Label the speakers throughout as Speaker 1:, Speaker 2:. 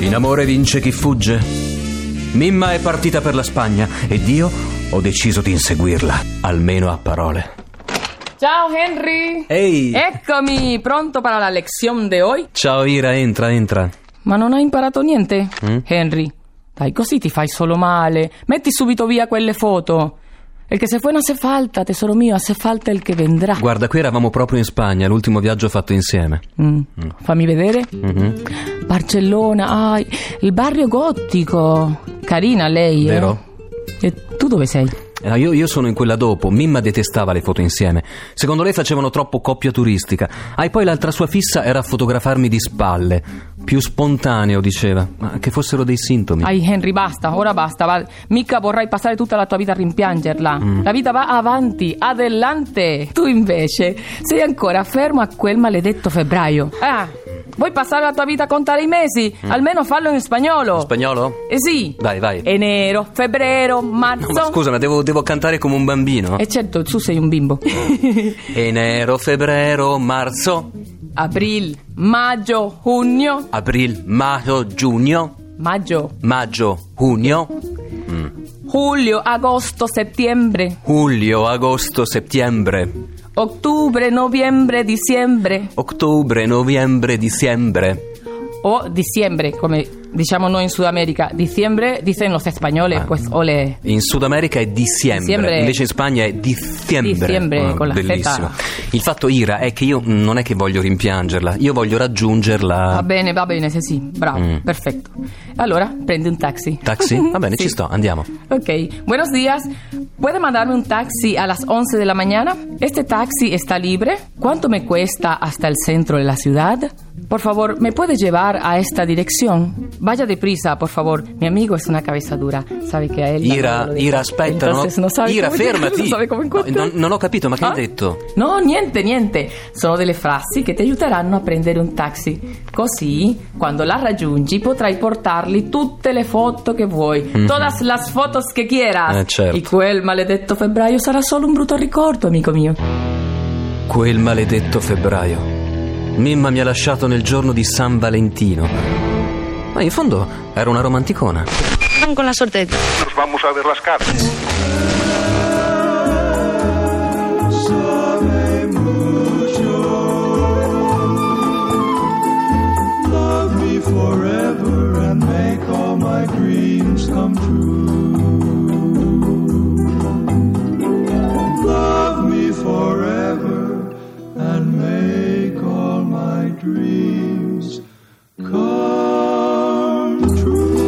Speaker 1: In amore vince chi fugge. Mimma è partita per la Spagna ed io ho deciso di inseguirla, almeno a parole.
Speaker 2: Ciao Henry.
Speaker 1: Ehi!
Speaker 2: Eccomi, pronto per la lezione di oggi?
Speaker 1: Ciao Ira, entra, entra.
Speaker 2: Ma non hai imparato niente, Henry. Dai, così ti fai solo male. Metti subito via quelle foto. El che se fue no hace falta, tesoro mio, hace falta il che vendrà.
Speaker 1: Guarda, qui eravamo proprio in Spagna, l'ultimo viaggio fatto insieme. Mhm.
Speaker 2: Mm. Fammi vedere. Barcellona, ah, il barrio gotico. Carina lei, eh?
Speaker 1: Vero?
Speaker 2: E tu dove sei?
Speaker 1: Eh, Io, io sono in quella dopo, Mimma detestava le foto insieme. Secondo lei facevano troppo coppia turistica. Ah, e poi l'altra sua fissa era fotografarmi di spalle. Più spontaneo, diceva. Ma che fossero dei sintomi.
Speaker 2: Ai Henry, basta, ora basta. va- Mica vorrai passare tutta la tua vita a rimpiangerla.
Speaker 1: Mm.
Speaker 2: La vita va avanti, adelante. Tu invece sei ancora fermo a quel maledetto febbraio. Ah, vuoi passare la tua vita a contare i mesi? Almeno fallo in spagnolo.
Speaker 1: Spagnolo?
Speaker 2: eh sì.
Speaker 1: Mm. Dai, vai.
Speaker 2: Enero, febbrero, marzo.
Speaker 1: No, ma scusa, ma devo, devo cantare come un bambino.
Speaker 2: E certo, tu sei un bimbo.
Speaker 1: Eh. Enero, febbrero, marzo,
Speaker 2: April, maggio, giugno.
Speaker 1: aprile, maggio, giugno,
Speaker 2: Maggio,
Speaker 1: maggio, giugno,
Speaker 2: julio, agosto, settembre,
Speaker 1: luglio, agosto, settembre,
Speaker 2: ottobre, novembre, dicembre.
Speaker 1: ottobre, novembre, dicembre.
Speaker 2: o diciembre, come diciamo noi in Sud America. Diciembre dicen los
Speaker 1: Ah.
Speaker 2: españoles, pues ole.
Speaker 1: In Sud America è dicembre,
Speaker 2: Dicembre.
Speaker 1: invece in Spagna è dicembre.
Speaker 2: Dicembre, con la
Speaker 1: bellissimo.
Speaker 2: fetta.
Speaker 1: Il fatto, Ira, è che io non è che voglio rimpiangerla, io voglio
Speaker 2: Va
Speaker 1: raggiungerla.
Speaker 2: bene, va bene, sì, sì, bravo, perfetto. Allora, prendi un taxi.
Speaker 1: Mm. Taxi? Va bene,
Speaker 2: Sì.
Speaker 1: ci sto, andiamo.
Speaker 2: Ok, buenos días. ¿Puede mandarme un taxi a las 11 de la mañana? Este taxi está libre. ¿Cuánto me cuesta hasta el centro de la ciudad? Por favor, ¿me puede llevar a esta dirección? Vaya deprisa, por favor. Mi amigo es una cabeza dura. Sabe que a él... la
Speaker 1: Ira,
Speaker 2: mano lo
Speaker 1: Ira,
Speaker 2: deja.
Speaker 1: aspetta, non ho-
Speaker 2: Entonces, no sabe
Speaker 1: Ira,
Speaker 2: cómo-
Speaker 1: fermati.
Speaker 2: No sabe cómo
Speaker 1: No,
Speaker 2: encontrar-
Speaker 1: non- non ho capito, ma che
Speaker 2: Ah?
Speaker 1: hai detto?
Speaker 2: No, niente, niente. Sono delle frasi che ti aiuteranno a prendere un taxi. Così, quando la raggiungi, potrai portargli tutte le foto che vuoi. Todas las fotos che quieras.
Speaker 1: Mhm. Eh, certo.
Speaker 2: E quel maledetto febbraio sarà solo un brutto ricordo, amico mio.
Speaker 1: Quel maledetto febbraio. Mimma mi ha lasciato nel giorno di San Valentino. Ma in fondo era una romanticona.
Speaker 3: con la suerte de
Speaker 4: nos vamos a ver las caras.
Speaker 5: love me forever and make all my dreams come true. Love me forever and make all my dreams come true.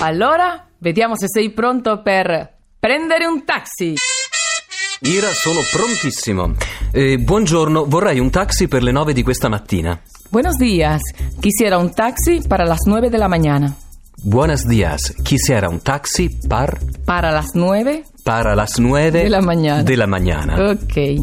Speaker 2: Allora, vediamo se sei pronto per prendere un taxi.
Speaker 1: Ira, sono prontissimo. Eh, buongiorno, vorrei un taxi per le 9 di questa mattina.
Speaker 2: Buenos días. Quisiera un taxi para las 9 de la mañana.
Speaker 1: Buenas dias, quisiera un taxi par
Speaker 2: Para las 9?
Speaker 1: para las 9
Speaker 2: De la mañana. Oh.
Speaker 1: de la mañana.
Speaker 2: Ok.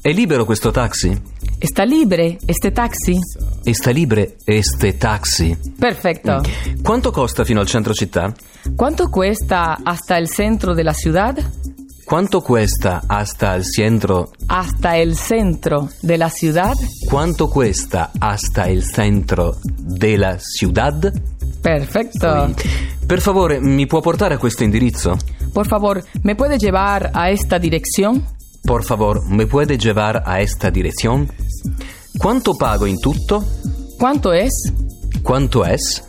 Speaker 1: È libero questo taxi?
Speaker 2: ¿Está libre este taxi?
Speaker 1: E sta libre este taxi?
Speaker 2: Perfecto.
Speaker 1: Quanto costa fino al centro città?
Speaker 2: ¿Cuánto cuesta hasta el centro de la ciudad?
Speaker 1: Quanto questa hasta il centro?
Speaker 2: Hasta el centro de la ciudad.
Speaker 1: Quanto questa hasta il centro della ciudad?
Speaker 2: Perfecto.
Speaker 1: Per favore, mi può portare a questo indirizzo?
Speaker 2: Por favor, ¿me puede llevar a esta dirección?
Speaker 1: Por favor, ¿me puede llevar a esta dirección? ¿Cuánto pago in tutto?
Speaker 2: ¿Cuánto es?
Speaker 1: Quanto es?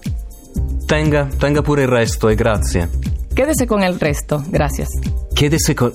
Speaker 1: Tenga, tenga pure il resto e grazie.
Speaker 2: Quédese con el resto. Gracias.
Speaker 1: Chiedese con...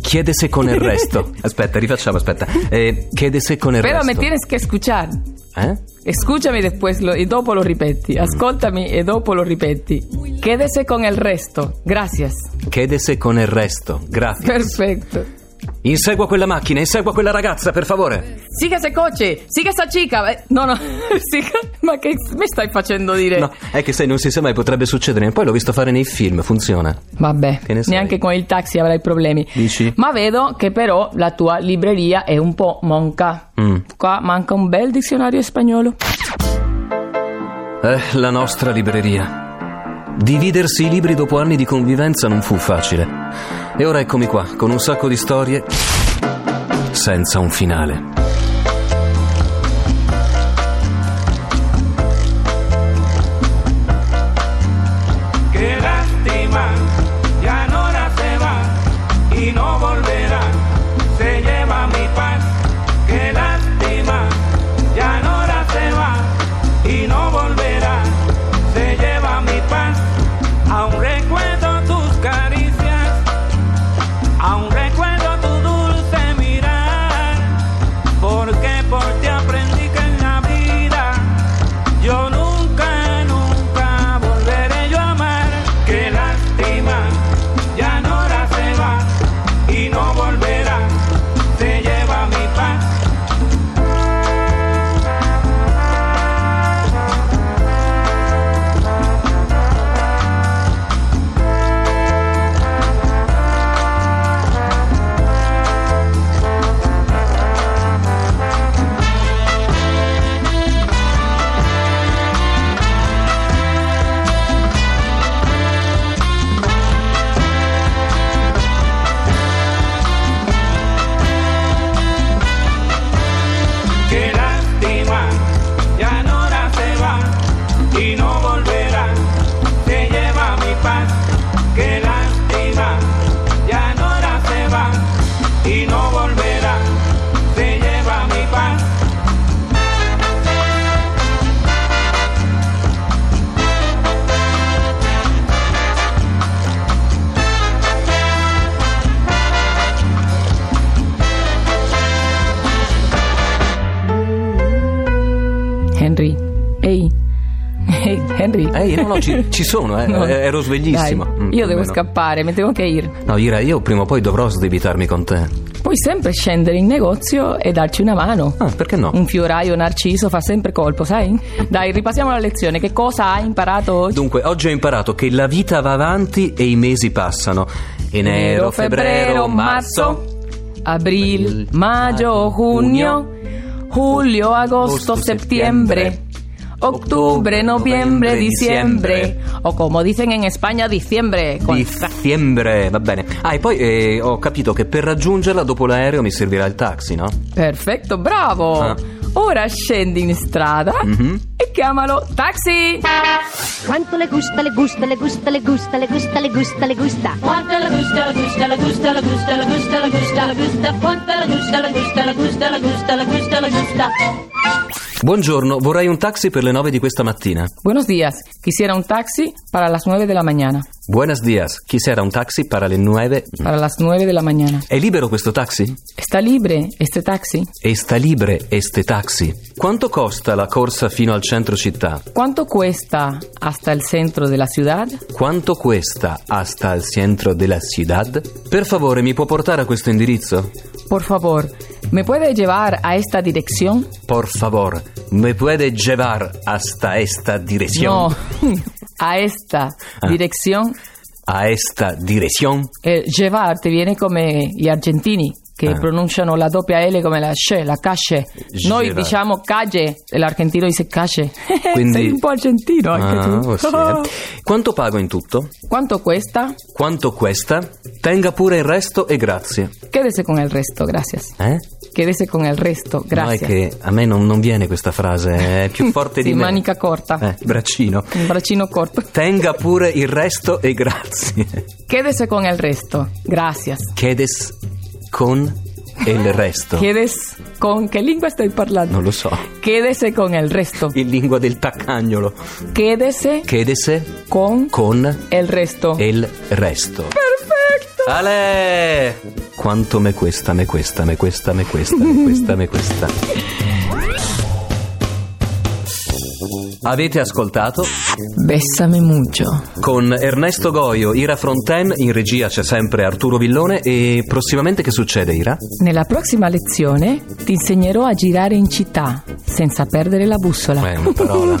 Speaker 1: Chiedese con il resto. Aspetta, rifacciamo, aspetta. Eh, chiedese con il
Speaker 2: Pero me
Speaker 1: resto.
Speaker 2: tienes que escuchar.
Speaker 1: Eh?
Speaker 2: Escúchame después lo, y dopo lo ripeti. Ascoltami y dopo lo ripeti. Quédese con el resto. Gracias.
Speaker 1: Chiedese con il resto, grazie.
Speaker 2: Perfecto.
Speaker 1: Insegua quella macchina, insegua quella ragazza, per favore.
Speaker 2: Siga ese coche, siga esa chica. eh, No, no, siga- ma che mi stai facendo dire?
Speaker 1: No, è che sai, non si sa mai, potrebbe succedere. Poi l'ho visto fare nei film, funziona.
Speaker 2: Vabbè,
Speaker 1: Che ne sai?
Speaker 2: neanche con il taxi avrai problemi.
Speaker 1: Dici?
Speaker 2: Ma vedo che però la tua libreria è un po' monca.
Speaker 1: Mm.
Speaker 2: Qua manca un bel dizionario spagnolo.
Speaker 1: Eh, la nostra libreria. Dividersi i libri dopo anni di convivenza non fu facile. E ora eccomi qua, con un sacco di storie senza un finale.
Speaker 3: Qué lástima, ya Nora se va y no volverá, se lleva mi paz. Qué lástima, ya Nora se va y no volverá, se lleva mi paz. Aún recuerdo tus caricias, aún recuerdo tu dulce mirar, porque por ti aprendí que en la vida yo nunca, nunca volveré yo a amar. Qué lástima, ya Nora se va y no volverá. Se lleva mi paz. Qué lástima, ya Nora se va y no volverá. Se lleva mi paz. Qué lástima, ya Nora se va y no volverá. Se lleva mi paz.
Speaker 2: Henry, ehi. Ehi, Henry.
Speaker 1: Ehi, no, no, ci, ci sono, eh,
Speaker 2: No.
Speaker 1: eh, ero sveglissimo.
Speaker 2: Dai,
Speaker 1: Mm,
Speaker 2: io devo
Speaker 1: almeno.
Speaker 2: scappare, mi devo che ir.
Speaker 1: No, Ira, io prima o poi dovrò sdebitarmi con te.
Speaker 2: Puoi sempre scendere in negozio e darci una mano.
Speaker 1: Ah, perché no?
Speaker 2: Un fioraio narciso fa sempre colpo, sai? Dai, ripassiamo la lezione. Che cosa hai imparato oggi?
Speaker 1: Dunque, oggi ho imparato che la vita va avanti e i mesi passano. Enero, febbraio, marzo.
Speaker 2: abril, mayo, junio, julio, agosto, septiembre, octubre, noviembre, diciembre, o como dicen en España, diciembre. con-
Speaker 1: Dicembre, va bene. Ah, e poi eh, ho capito che per raggiungerla dopo l'aereo mi servirà il taxi, no?
Speaker 2: Perfetto, bravo.
Speaker 1: Ah.
Speaker 2: Ora scendi in strada
Speaker 1: Mhm.
Speaker 2: e chiamalo taxi.
Speaker 4: Quanto le gusta, le gusta, le gusta, le gusta, le gusta, le gusta, le gusta.
Speaker 6: Quanta la gusta, la gusta, la gusta, la gusta, la gusta, la gusta, la gusta, quanta la gusta, la gusta, la gusta, la gusta, la gusta, la gusta.
Speaker 1: Buongiorno, vorrei un taxi per le 9 di questa mattina.
Speaker 2: Buenos días. Quisiera un taxi para las 9 de la mañana.
Speaker 1: Buenas dias, quisiera un taxi para le 9.
Speaker 2: Para las 9 de la mañana.
Speaker 1: È libero questo taxi?
Speaker 2: ¿Está libre este taxi?
Speaker 1: Está libre este taxi. Quanto costa la corsa fino al centro città?
Speaker 2: ¿Cuánto cuesta hasta el centro de la ciudad?
Speaker 1: Quanto questa hasta al centro della ciudad? Per favore, mi può portare a questo indirizzo?
Speaker 2: Por favor, ¿me puede llevar a esta dirección?
Speaker 1: Por favor, me puede llevar hasta esta dirección?
Speaker 2: No, a esta
Speaker 1: Ah.
Speaker 2: dirección.
Speaker 1: A esta dirección?
Speaker 2: Eh, llevar te viene come gli argentini che
Speaker 1: Ah.
Speaker 2: pronunciano la doppia L come la sce, la calle. Noi
Speaker 1: Llevar.
Speaker 2: diciamo calle, e l'argentino dice calle.
Speaker 1: Quindi-
Speaker 2: Sei un po' argentino anche
Speaker 1: Ah,
Speaker 2: tu.
Speaker 1: oh, sì, eh. Quanto pago in tutto?
Speaker 2: ¿Cuánto cuesta?
Speaker 1: Quanto questa? Tenga pure il resto e grazie.
Speaker 2: Quédese con el resto, gracias.
Speaker 1: Eh?
Speaker 2: Quédese con el resto, gracias.
Speaker 1: No, è che a me non, non viene questa frase, è più forte
Speaker 2: Sì,
Speaker 1: di me.
Speaker 2: manica corta.
Speaker 1: Eh, braccino.
Speaker 2: Un braccino corto.
Speaker 1: Tenga pure il resto e grazie.
Speaker 2: Quédese con el resto, gracias.
Speaker 1: Quedes con il resto.
Speaker 2: Quedes con qué lengua estoy hablando?
Speaker 1: Non lo so.
Speaker 2: Quédese con el resto.
Speaker 1: In lingua del taccagnolo.
Speaker 2: Quédese
Speaker 1: Quedese
Speaker 2: con
Speaker 1: con
Speaker 2: el resto.
Speaker 1: il resto. Perfetto! Ale! Quanto me questa, me questa, me questa, me questa, me questa, me questa. Avete ascoltato
Speaker 2: Bessame mucho.
Speaker 1: con Ernesto Goio, Ira Fronten, in regia c'è sempre Arturo Villone e prossimamente che succede Ira?
Speaker 2: Nella prossima lezione ti insegnerò eh, a girare in città senza perdere la bussola.
Speaker 1: Beh, una parola.